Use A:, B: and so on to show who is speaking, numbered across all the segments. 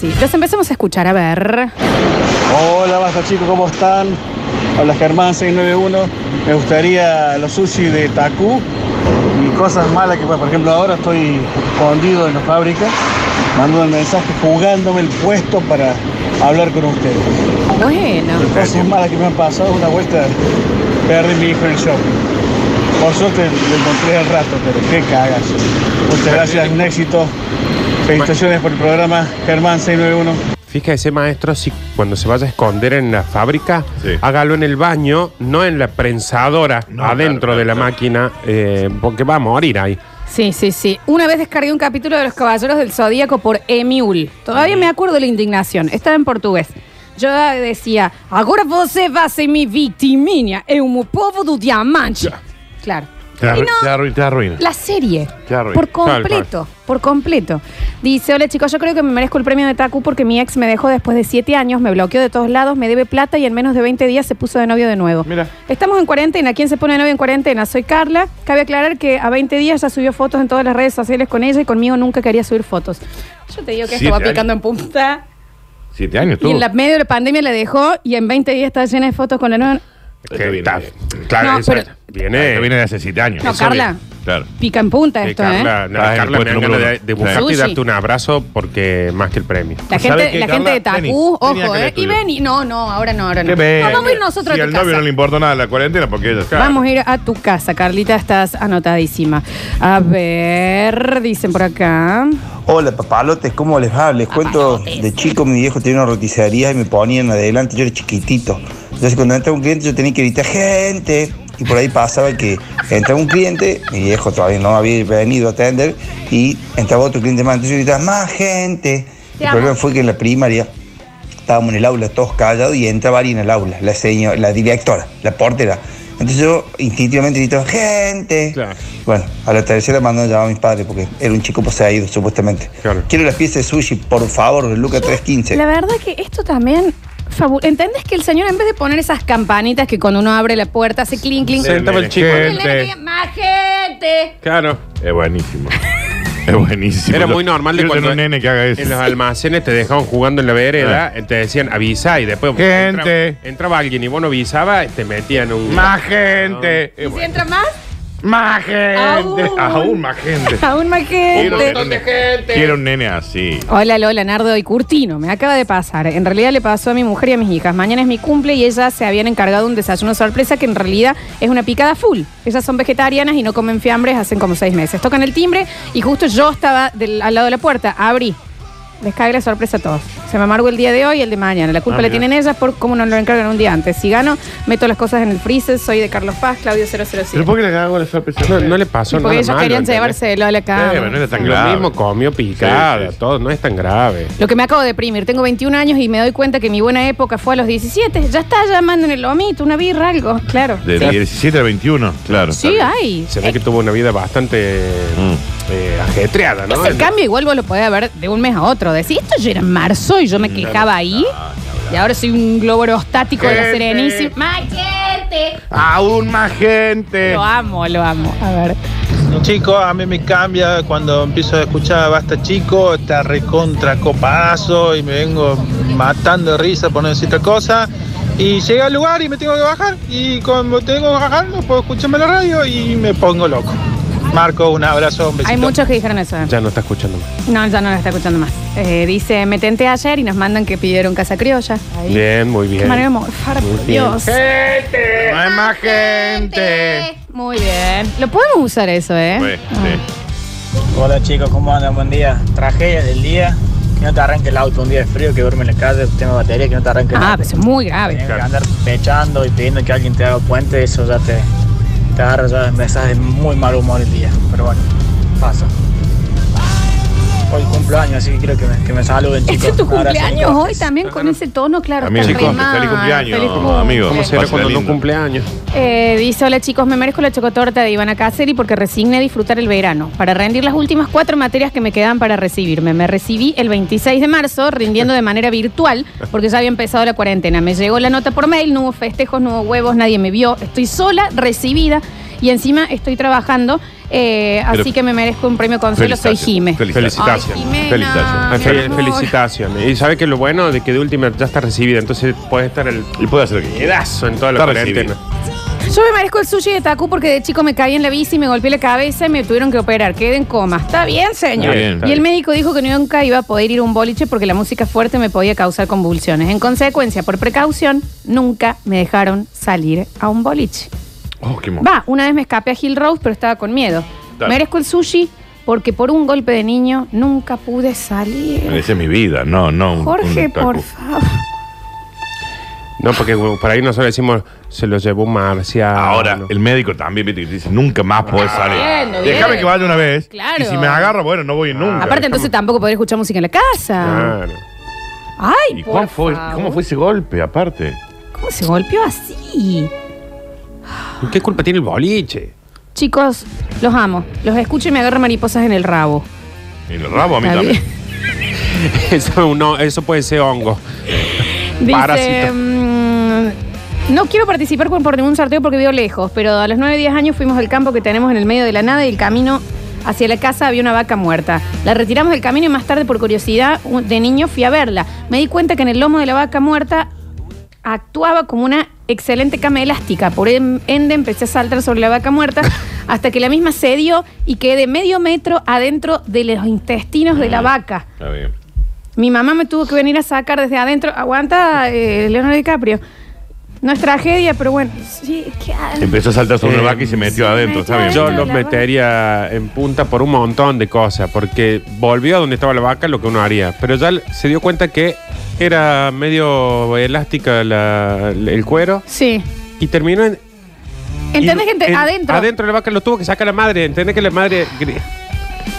A: Sí, los empecemos a escuchar, a ver.
B: Hola, basta chicos, ¿cómo están? Hola Germán 691. Me gustaría los sushi de Taku y cosas malas que, pues, por ejemplo, ahora estoy escondido en la fábrica. Mando un mensaje jugándome el puesto para hablar con ustedes.
A: Bueno,
B: Cosas malas que me han pasado. Una vuelta perdí mi hijo en el shopping. Por suerte lo encontré al rato, pero qué cagas. Muchas gracias, un éxito. Felicitaciones por el programa Germán 691.
C: Fíjese, maestro, si cuando se vaya a esconder en la fábrica,
D: Sí.
C: hágalo en el baño, no en la prensadora,
D: No,
C: adentro
D: claro,
C: de la
D: claro.
C: máquina, eh, porque va a morir ahí.
A: sí, sí, sí. Una vez descargué un capítulo de Los Caballeros del Zodíaco por Emiul. Todavía me acuerdo de la indignación. Estaba en portugués. Yo decía, ahora você va a ser mi victiminia, es un povo do diamante. Claro.
D: Te
A: Y
D: arru-
A: no,
D: te arru- te arruina.
A: La serie.
D: Qué arruin.
A: Por
C: Tal cual.
A: completo, por completo. Dice, hola chicos, yo creo que me merezco el premio de Taku porque mi ex me dejó después de siete años, me bloqueó de todos lados, me debe plata y en menos de 20 días se puso de novio de nuevo.
D: Mira.
A: Estamos en cuarentena, ¿quién se pone de novio en cuarentena? Soy Carla. Cabe aclarar que a 20 días ya subió fotos en todas las redes sociales con ella y conmigo nunca quería subir fotos. Yo te digo que esto
D: Siete
A: va
D: años.
A: picando en punta.
D: Siete años
A: Y
D: tú.
A: en la medio de la pandemia la dejó y en 20 días está llena de fotos con la nueva.
D: Esto viene
C: está-
D: bien.
C: claro,
A: No,
C: esa-
A: Ah, pero-
C: viene,
D: Esto viene de hace siete años.
A: No,
D: Eso
A: Carla.
D: bien. Claro.
A: Pica en punta
C: que
A: esto, ¿eh?
C: Carla, la-
D: Estás en el
C: Carla me
D: puesto
C: dan
D: número
C: ganas de,
D: uno.
C: de buscarte
A: Sushi.
C: y darte un abrazo porque más que el premio.
A: La
D: ¿Sabes
A: gente,
D: Pues, qué,
A: la gente
D: Carla?
A: de Tacu,
D: Vení,
A: ojo,
D: vení acá al
A: ¿eh? Y
D: estudio.
A: vení. No, no, ahora no, ahora no.
D: Qué bien.
A: No, vamos a ir nosotros
D: Si
A: a
D: al
A: tu
D: novio
A: casa.
D: no le importa nada la cuarentena, porque ella.
C: Claro.
A: Vamos a ir a tu casa, Carlita, estás anotadísima. A ver, dicen por acá.
E: Hola papalotes, ¿cómo les va? Les cuento,
A: Papalotes.
E: de chico mi viejo tenía una roticería y me ponían adelante, yo era chiquitito. Entonces cuando entraba un cliente yo tenía que gritar gente. Y por ahí pasaba que entraba un cliente, mi viejo todavía no había venido a atender, y entraba otro cliente más, entonces yo gritaba, más gente.
A: Te
E: el
A: amo.
E: problema fue que en la primaria estábamos en el aula todos callados y entraba alguien al aula, la señora, la directora, la portera. Entonces yo instintivamente gritaba, gente.
C: Claro.
E: Bueno, a la tercera mandó a llamar a mis padres porque era un chico poseído, supuestamente.
C: Claro.
E: Quiero las piezas de sushi, por favor, Luca 315.
A: La verdad que esto también. fabu- ¿Entendés que el señor, en vez de poner esas campanitas que cuando uno abre la puerta hace clink, clink,
C: Sí. Sentaba el chico.
A: ponele que diga, más gente?
C: Claro.
D: Es buenísimo. es buenísimo.
C: Era
D: Yo-
C: muy normal de
D: quiero tener
C: cuando
D: un nene que haga eso. Ah.
C: en los almacenes te dejaban jugando en la vereda, te decían avisa y después
D: Gente.
C: Entraba, entraba alguien y vos no avisabas, te metían un
D: Más gente.
A: ¿Y si entra más?
D: Más gente.
A: Aún.
D: Aún más gente.
A: Aún más
D: Quiero
A: gente.
D: un nene- Quiero un nene así.
A: Hola Lola, Nardo y Curtino. Me acaba de pasar. En realidad le pasó a mi mujer y a mis hijas. Mañana es mi cumple y ellas se habían encargado un desayuno sorpresa que en realidad es una picada full. Ellas son vegetarianas y no comen fiambres hacen como seis meses. Tocan el timbre y justo yo estaba del- al lado de la puerta. Abrí. Les cae la sorpresa a todos. Se me amargó el día de hoy y el de mañana. La culpa
D: Ah,
A: la
D: mira.
A: tienen ellas por cómo no lo encargan un día antes. Si gano, meto las cosas en el freezer. Soy de Carlos Paz, Claudio 007.
D: ¿Pero por qué le hago la sorpresa?
C: No, no le pasó
A: Y porque
C: nada
A: ellos
C: malo,
A: querían
C: ¿entendés?
A: llevárselo a la cama.
D: pero Eh, no era tan
C: Lo
D: grave.
C: mismo comió picada,
D: Sí, sí.
C: todo, no es tan grave.
A: Lo que me acabo de deprimir, tengo 21 años y me doy cuenta que mi buena época fue a los 17. Ya está llamando en el lomito, una birra, algo, claro.
D: De
A: Sí.
D: 17 a 21, claro.
A: Sí, hay.
C: Se ve
A: Eh,
C: que tuvo una vida bastante
D: Mm.
C: eh, ajetreada, ¿no?
A: es el cambio, igual vos lo podés ver de un mes a otro. Decís, esto yo era en marzo y yo
C: Mm,
A: me quejaba ahí. Y ahora soy un globo aerostático de la
D: Gente.
A: Serenísima. ¡Maquete!
D: Aún más gente.
A: Lo amo, lo amo. A ver.
F: Chicos, a mí me cambia cuando empiezo a escuchar Basta Chico, está recontra copazo y me vengo matando de risa por no decir otra cosa. Y llegué al lugar y me tengo que bajar y cuando tengo que bajar no puedo escucharme la radio y me pongo loco. Marco, un abrazo, un besito.
A: Hay muchos que dijeron eso.
C: Ya no está escuchando más.
A: No, ya no la está escuchando más. Eh, dice, me tenté ayer y nos mandan que pidieron casa criolla. Ahí.
C: Bien, muy
A: Qué
C: bien.
A: manera de morfar,
C: Muy
A: por
C: bien. Eh,
A: Dios.
D: Gente. No hay más gente.
A: Muy bien. Lo podemos usar eso, ¿eh?
D: Sí, Pues, sí.
G: Hola chicos, ¿cómo andan? Buen día. Tragedia del día. Que no te arranque el auto un día de frío, que duerme en la calle, tema batería, que no te arranque el
A: Ah,
G: auto.
A: pero eso es muy
G: Tienes
A: grave.
G: que andar pechando y pidiendo que alguien te haga puente, eso ya te, te agarra ya estás de muy mal humor el día. Pero bueno, pasa. Hoy cumpleaños, así que quiero que me, que me saluden
A: Este ¿Es
G: chicos.
A: tu
G: Un abrazo,
A: cumpleaños
G: chicos.
A: hoy también con ese tono, claro.
D: Amigos,
A: está
D: chicos,
A: re mal.
D: feliz cumpleaños,
A: Feliz cumple.
D: amigos.
C: ¿Cómo será
D: Pásala
C: cuando no
D: lindo.
C: cumple años?
A: Eh, dice, hola chicos, me merezco la chocotorta de Ivana Cáceres porque resigné disfrutar el verano para rendir las últimas cuatro materias que me quedan para recibirme. Me recibí el 26 de marzo rindiendo de manera virtual porque ya había empezado la cuarentena. Me llegó la nota por mail, no hubo festejos, no hubo huevos, nadie me vio. Estoy sola, recibida y encima estoy trabajando, eh,
H: Pero-
A: así que me merezco un premio consuelo. Soy
H: Felicitaciones.
A: Jime.
H: Felicitaciones.
A: Ay, Jimena,
C: Felicitaciones.
H: Felicitaciones.
A: mi
C: Fel-
A: amor.
C: felicitaciones. Y sabe que lo bueno de que de última ya está recibida, entonces puedes estar el
H: Y puede hacer lo que quiera.
C: pedazo en toda la
H: Está
C: cuarentena.
A: Yo me merezco el sushi de Taku porque de chico me caí en la bici, me golpeé la cabeza y me tuvieron que operar. Quedé en coma. Está bien, señor.
H: Está bien, está
A: y el
H: bien.
A: médico dijo que nunca iba a poder ir a un boliche porque la música fuerte me podía causar convulsiones. En consecuencia, por precaución, nunca me dejaron salir a un boliche.
H: Oh, qué mo-
A: Va, una vez me escapé a Hill Rose, pero estaba con miedo.
H: Dale.
A: Merezco el sushi porque por un golpe de niño nunca pude salir.
H: Esa es mi vida, no, no. un-
A: Jorge,
H: un otaku.
A: por favor.
C: No, porque bueno, por ahí nosotros decimos, se lo llevó Marcia.
H: Ahora, el médico también viste, que dice, nunca más
A: bien,
H: podés salir.
A: Ah, bien.
H: Déjame que vaya una vez.
A: Claro.
H: Y si me agarra, bueno, no voy nunca.
A: Aparte, entonces tampoco podré escuchar música en la
H: Ah.
A: casa.
C: Claro.
A: Ay,
H: ¿Y
A: por
H: cuál fue, cómo
A: favor.
H: fue ese golpe, aparte?
A: ¿Cómo se golpeó así?
C: ¿Qué culpa tiene el boliche?
A: Chicos, los amo. Los escucho y me agarro mariposas en el rabo.
H: Y el rabo a mí
A: Está bien.
H: también.
C: Eso, no, eso puede ser hongo.
A: Dice,
C: Parásito.
A: mm, no quiero participar por, por ningún sorteo porque vivo lejos, pero a los 9, 10 años fuimos al campo que tenemos en el medio de la nada y el camino hacia la casa había una vaca muerta. La retiramos del camino y más tarde, por curiosidad, un- de niño fui a verla. Me di cuenta que en el lomo de la vaca muerta actuaba como una excelente cama elástica. Por en- ende empecé a saltar sobre la vaca muerta hasta que la misma cedió y quedé medio metro adentro de los intestinos de la vaca.
H: Está bien.
A: Mi mamá me tuvo que venir a sacar desde adentro. Aguanta, eh, Leonardo DiCaprio. No es tragedia, pero bueno. Sí, qué
H: Empezó a saltar sobre
C: Eh,
H: una vaca y se metió
A: sí,
H: adentro, está bien.
C: Yo
A: Ay,
C: los
A: la
C: metería en punta por un montón de cosas, porque volvió a donde estaba la vaca lo que uno haría. Pero ya l- se dio cuenta que era medio elástica la- la- el cuero
A: Sí.
C: y terminó en.
A: ¿Entendés,
C: y-
A: gente?
C: en-
A: adentro.
C: Adentro la vaca lo tuvo que sacar la madre. ¿Entendés que la madre. gri-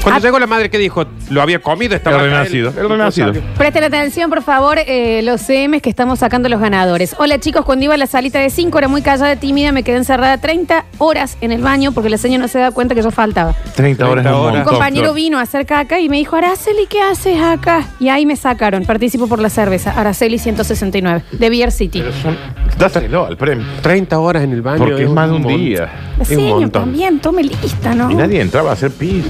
C: Cuando
A: Ah.
C: llegó la madre, ¿qué dijo? Lo había comido esta
H: El
C: vaca.
H: renacido, el renacido.
A: Presten atención, por favor, eh, los CMs que estamos sacando los ganadores. Hola, chicos. Cuando iba a la salita de 5, era muy callada, tímida. Me quedé encerrada 30 horas en el baño porque la señora no se da cuenta que yo faltaba.
H: 30 horas es un
C: horas.
A: Un
H: montón.
A: compañero vino a hacer caca y me dijo, Araceli, ¿qué haces acá? Y ahí me sacaron. Participo por la cerveza. Araceli 169, de Beer City.
H: Pero son- Dáselo al premio.
C: 30 horas en el baño.
H: Porque es más de un
C: mon-
H: día.
A: La
C: Es un
A: señor
C: montón.
A: también, tome lista, ¿no?
H: Y nadie entraba a hacer pis.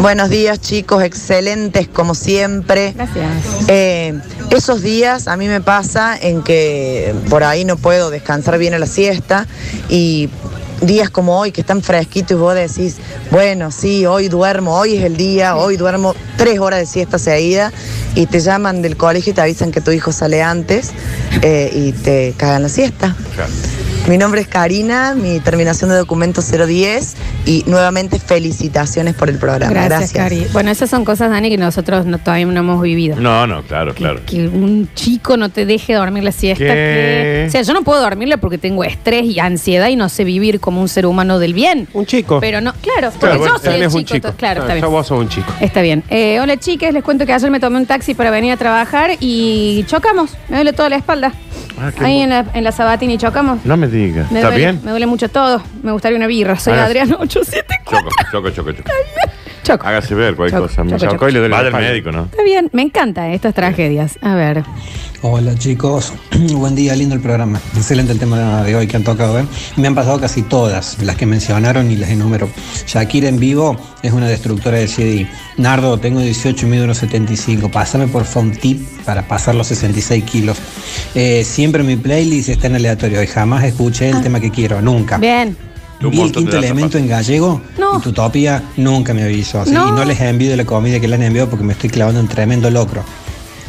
I: Buenos días chicos, excelentes como siempre.
A: Gracias.
I: Eh, esos días a mí me pasa en que por ahí no puedo descansar bien a la siesta y días como hoy que están fresquitos y vos decís, bueno, sí, hoy duermo, hoy es el día, hoy duermo tres horas de siesta seguida y te llaman del colegio y te avisan que tu hijo sale antes eh, y te cagan la siesta.
H: Claro.
I: Mi nombre es Karina, mi terminación de documento 010 y nuevamente felicitaciones por el programa.
A: Gracias,
I: Gracias.
A: Cari. Bueno, esas son cosas, Dani, que nosotros no, todavía no hemos vivido.
H: No, no, claro, claro.
A: Que un chico no te deje dormir la siesta.
H: ¿Qué?
A: que- o sea, yo no puedo dormirla porque tengo estrés y ansiedad y no sé vivir como un ser humano del bien.
C: Un
H: Oh.
C: chico.
A: Pero no, claro, porque
C: Claro, bueno,
A: yo soy el
C: tenés
A: chico.
C: un chico.
A: to-
H: Ah,
A: Claro, está bien.
C: Ya vos sos un chico.
A: Está bien. Eh, hola chicas, les cuento que ayer me tomé un taxi para venir a trabajar y chocamos. Me duele toda la espalda.
H: Ah, qué
A: Ahí
H: bu-
A: en la, en la sabatina y chocamos.
H: No me digas.
A: Me
H: ¿Está
A: duele,
H: bien?
A: Me duele mucho todo. Me gustaría una birra. Soy
H: Ah,
A: Adriano 874.
H: Choco, choco, choco, choco.
A: Choco.
H: Hágase ver cualquier
A: Choco,
H: cosa.
A: choco,
H: Choco,
A: choco.
H: y le duele
C: Va
H: Vaya
C: del
H: al médico, ¿no?
A: Está bien, me encantan estas tragedias. A ver.
J: Hola chicos, buen día, lindo el programa. Excelente el tema de hoy que han tocado. ¿eh? Me han pasado casi todas las que mencionaron y las enumero. Shakira en vivo es una destructora del CD. Nardo, tengo 18 y mido unos 75. Pásame por phone tip para pasar los 66 kilos. Eh, siempre mi playlist está en aleatorio y jamás escuché el tema que quiero, nunca.
A: Ah. Bien.
H: Un
J: Vi el
H: montón de
J: quinto
H: data
J: elemento
H: pasa.
J: en gallego
A: No.
J: y Tutopía nunca me avisó. así,
A: No.
J: Y no les envío la comida que le han enviado porque me estoy clavando en tremendo locro.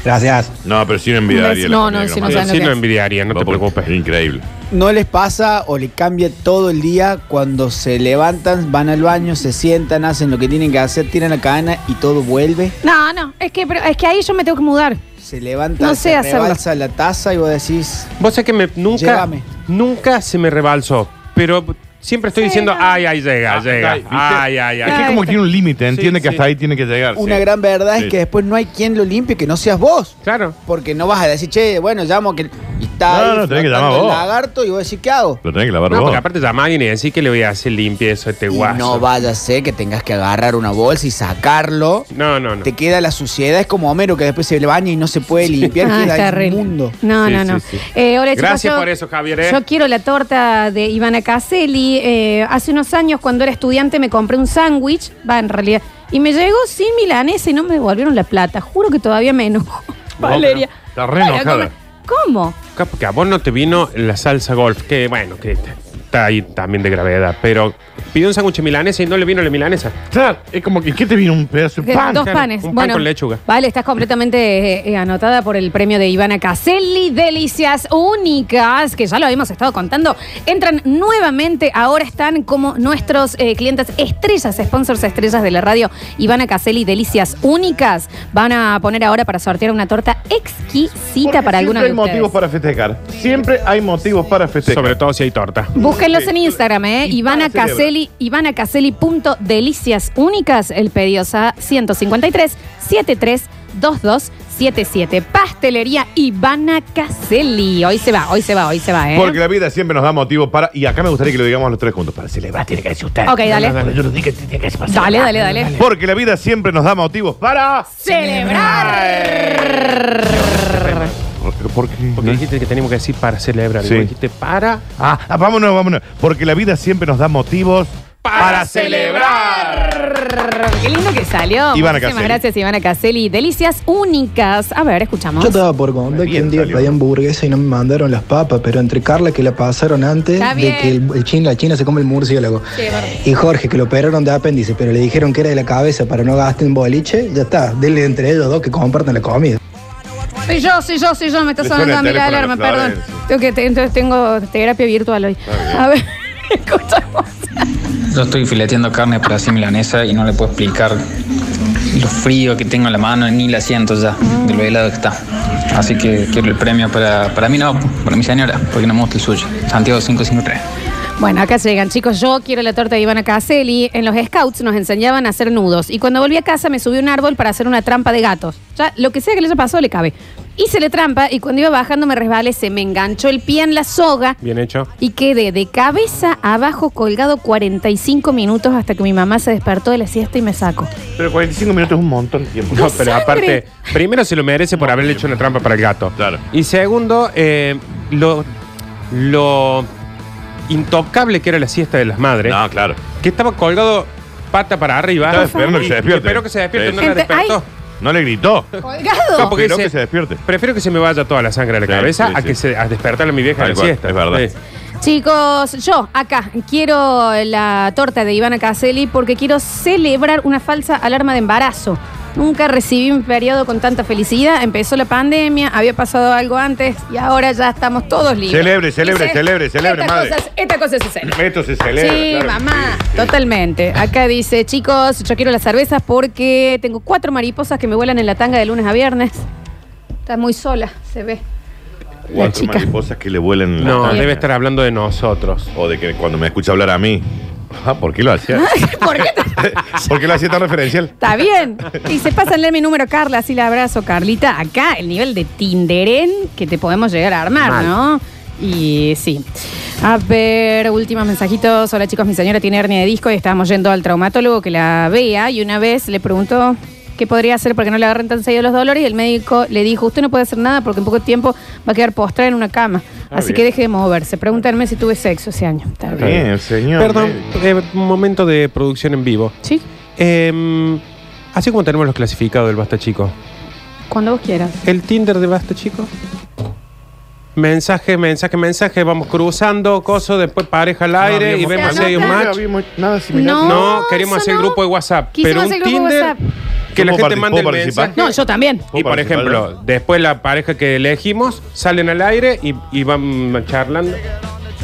J: Gracias.
H: No, pero sí no envidiaría.
A: Un beso. No, no, sí, no,
C: Así
A: saben lo que
C: Eh, no
A: es.
C: envidiaría, no te preocupes.
H: Increíble.
K: ¿No les pasa o le cambia todo el día cuando se levantan, van al baño, se sientan, hacen lo que tienen que hacer, tiran la cadena y todo vuelve?
A: No, no, es que, pero, es que ahí yo me tengo que mudar.
K: Se levanta,
A: No sé
K: se
A: hacerlo.
K: rebalsa la taza y vos decís,
C: Vos sabés que me- nunca,
K: Llévame.
C: nunca se me rebalsó, pero siempre estoy
A: Sí,
C: diciendo,
A: no.
C: ay, ay, llega, llega,
H: Ay, Ah, ¿viste?
C: ay, ay,
H: Es
C: ay.
H: que
A: Ay,
H: como que tiene un límite, entiende
C: Sí,
H: que
C: sí.
H: hasta ahí tiene que llegar.
K: una
H: sí.
K: gran verdad
H: Sí.
K: es que después no hay quien lo limpie que no seas vos.
C: Claro.
K: Porque no vas a decir, che, bueno, llamo que... Y está
H: No,
K: ahí
H: no, tenés que
K: flotando
H: llamar
K: el
H: vos.
K: lagarto y vos decís, ¿qué hago?
H: Lo tenés que lavar
C: No,
H: vos.
C: porque aparte llamar a alguien y decir que le voy a hacer limpieza a este
K: Y
C: guaso.
K: no vaya a ser que tengas que agarrar una bolsa y sacarlo.
C: No, no, no.
K: Te queda la suciedad, es como Homero que después se le baña y no se puede limpiar,
A: Ah, está
K: queda
A: re-
K: el mundo.
A: No,
C: Sí,
A: no,
C: sí,
A: no.
C: sí.
A: Eh, hola,
C: Gracias
A: chicos, yo-
C: por eso, Javier, eh.
A: Yo quiero la torta de Ivana Caselli. Eh, hace unos años, cuando era estudiante, me compré un sándwich. Va, en realidad. Y me llegó sin milanesa y no me devolvieron la plata. Juro que todavía me enojo.
H: No,
A: Valeria.
H: pero está re
A: Vaya,
H: enojada.
A: ¿Cómo?
C: Capaz que a vos no te vino la salsa golf, que bueno, que está está ahí también de gravedad, pero pidió un sándwich milanesa y no le vino la milanesa.
H: Claro, es como que ¿qué te viene un pedazo de
A: Que-
H: pan?
A: Dos
C: claro,
A: panes.
C: un pan
A: bueno,
C: con lechuga.
A: Vale, estás completamente eh, eh, anotada por el premio de Ivana Caselli. Delicias únicas, que ya lo habíamos estado contando. Entran nuevamente, ahora están como nuestros eh, clientes estrellas, sponsors estrellas de la radio. Ivana Caselli, Delicias únicas. Van a poner ahora para sortear una torta exquisita
H: Porque
A: para algunos de
H: siempre hay motivos
A: ustedes.
H: para festejar. Siempre hay motivos para festejar.
C: Sobre todo si hay torta.
A: Búsquenlos en Instagram, ¿eh? Ivana
H: para
A: Caselli, Ivana Caselli punto delicias únicas. El pedido es a 153 73 22 77. Pastelería Ivana Caselli. Hoy se va, hoy se va, hoy se va, ¿eh?
H: Porque la vida siempre nos da motivos para. Y acá me gustaría que lo digamos los tres juntos. Para celebrar tiene que decir usted.
A: Ok, dale.
H: Yo lo dije, tiene que decir para
A: Dale,
H: celebrar.
A: dale, dale.
H: Porque la vida siempre nos da motivos para.
A: ¡Celebrar!
H: ¿Por qué?
C: Porque dijiste que teníamos que decir para celebrar. y
H: Sí.
C: vos dijiste para.
H: Ah, ah, vámonos, vámonos. Porque la vida siempre nos da motivos para,
A: Qué lindo que salió.
H: Ivana
A: Muchísimas
H: Caselli.
A: gracias, Ivana Caselli. Delicias únicas. A ver, escuchamos.
L: Yo estaba por contar
H: Bien,
L: que un día
H: salió.
L: pedí hamburguesa y no me mandaron las papas, pero entre Carla que la pasaron antes
A: Está
L: de
A: bien.
L: que el, el chin- la china se come el murciélago
A: Sí, es verdad.
L: y Jorge que lo operaron de apéndice, pero le dijeron que era de la cabeza para no gasten boliche, ya está, denle entre ellos dos que compartan la comida.
A: Soy yo, soy yo, soy yo, me está
H: Le
A: sonando a
H: suena el
A: mí la
H: teléfono a
A: alarma, perdón.
H: Florencia.
A: Tengo que, te- entonces tengo terapia virtual hoy. A ver, escuchamos.
M: Yo estoy fileteando carne para hacer milanesa y no le puedo explicar lo frío que tengo en la mano, ni la siento ya, de lo helado que está. Así que quiero el premio para, para mí, no, para mi señora, porque no me gusta el suyo. Santiago 553.
A: Bueno, acá llegan, chicos. Yo quiero la torta de Ivana Caselli. En los scouts nos enseñaban a hacer nudos. Y cuando volví a casa me subí a un árbol para hacer una trampa de gatos. Ya, lo que sea que le haya pasado le cabe. Hice la trampa y cuando iba bajando me resbalé, se me enganchó el pie en la soga
C: Bien hecho.
A: y quedé de cabeza abajo colgado 45 minutos hasta que mi mamá se despertó de la siesta y me sacó.
H: Pero 45 minutos es un montón de tiempo.
C: No,
A: ¡No,
C: pero
A: sangre!
C: aparte, primero se lo merece por haberle hecho una trampa para el gato.
H: Claro.
C: Y segundo, eh, lo, lo intocable que era la siesta de las madres,
H: No, claro.
C: que estaba colgado pata para arriba.
H: Estaba esperando
C: Y-
H: que se despierte.
C: Espero que se despierte,
H: Sí.
C: no la
A: Gente, ay.
C: despertó.
H: No le gritó.
A: ¡Colgado!
C: No, porque
H: Esperó
C: dice-
H: que se despierte.
C: Prefiero que se me vaya toda la sangre a la
H: Sí,
C: cabeza
H: sí,
C: a
H: sí.
C: que se a despertarle a mi vieja a
H: Tal
C: la
H: cual,
C: siesta.
H: es verdad.
C: Sí.
A: Chicos, yo acá quiero la torta de Ivana Caselli porque quiero celebrar una falsa alarma de embarazo. Nunca recibí un periodo con tanta felicidad. Empezó la pandemia, había pasado algo antes y ahora ya estamos todos libres.
H: Celebre, celebre,
A: Dice,
H: celebre, celebre,
A: esta
H: madre.
A: Cosa, esta cosa se celebra.
H: Esto se celebra.
A: Sí,
H: claro.
A: mamá,
H: Sí, sí.
A: totalmente. Acá dice, chicos, yo quiero las cervezas porque tengo cuatro mariposas que me vuelan en la tanga de lunes a viernes. Está muy sola, se ve. La
H: Cuatro
A: chica.
H: mariposas que le vuelan la
C: No,
H: tanga.
C: debe estar hablando de nosotros.
H: O de que cuando me escucha hablar a mí. Ah, ¿por qué lo hacía?
A: ¿Por qué te-
H: ¿Por qué lo hacía tan referencial?
A: Está bien. Y se pasa a leer mi número, Carla. Así la abrazo, Carlita. Acá el nivel de Tinderen que te podemos llegar a armar,
C: Mal.
A: ¿no? Y sí. A ver, últimos mensajitos. Hola chicos, mi señora tiene hernia de disco y estábamos yendo al traumatólogo que la vea y una vez le preguntó qué podría hacer para que no le agarren tan seguido los dolores y el médico le dijo, usted no puede hacer nada porque en poco tiempo va a quedar postrada en una cama. Así
H: bien.
A: que deje de moverse. Pregúntame si tuve sexo ese año. Está bien.
H: Bien, señor.
C: Perdón, eh, momento de producción en vivo.
A: Sí,
C: Eh, así como tenemos los clasificados del Basta Chico.
A: cuando vos quieras.
C: El Tinder de Basta Chico. Mensaje, mensaje, mensaje. Vamos cruzando, coso, después pareja al aire y
H: habíamos-
C: vemos si
A: Se
C: hay un
A: anota.
H: No
C: match.
H: habíamos nada similar.
A: No.
C: No, queríamos
A: eso
C: hacer el
A: no.
C: grupo de WhatsApp.
A: Quisimos
C: pero un
A: hacer el grupo de
C: Tinder
A: WhatsApp.
C: que la
H: ¿Puedo
C: gente
H: partic-
C: mande el
H: puedo participar?
C: mensaje.
A: No, yo también.
C: Y por
H: participar,
C: ejemplo, después la pareja que elegimos salen al aire y, y van charlando.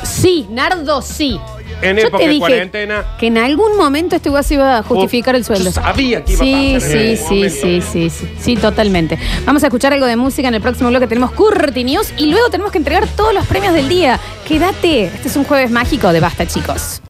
A: Sí, Nardo, sí.
C: En
A: Yo
C: época
A: te
C: de
A: dije
C: cuarentena.
A: que en algún momento este guaso iba a justificar el sueldo.
C: Yo sabía que iba
A: Sí,
C: a pasar. en
A: sí,
C: algún
A: sí,
C: momento.
A: sí, sí, sí, sí, totalmente. Vamos a escuchar algo de música en el próximo bloque. Tenemos Curti News y luego tenemos que entregar todos los premios del día. Quédate, este es un jueves mágico de Basta, chicos.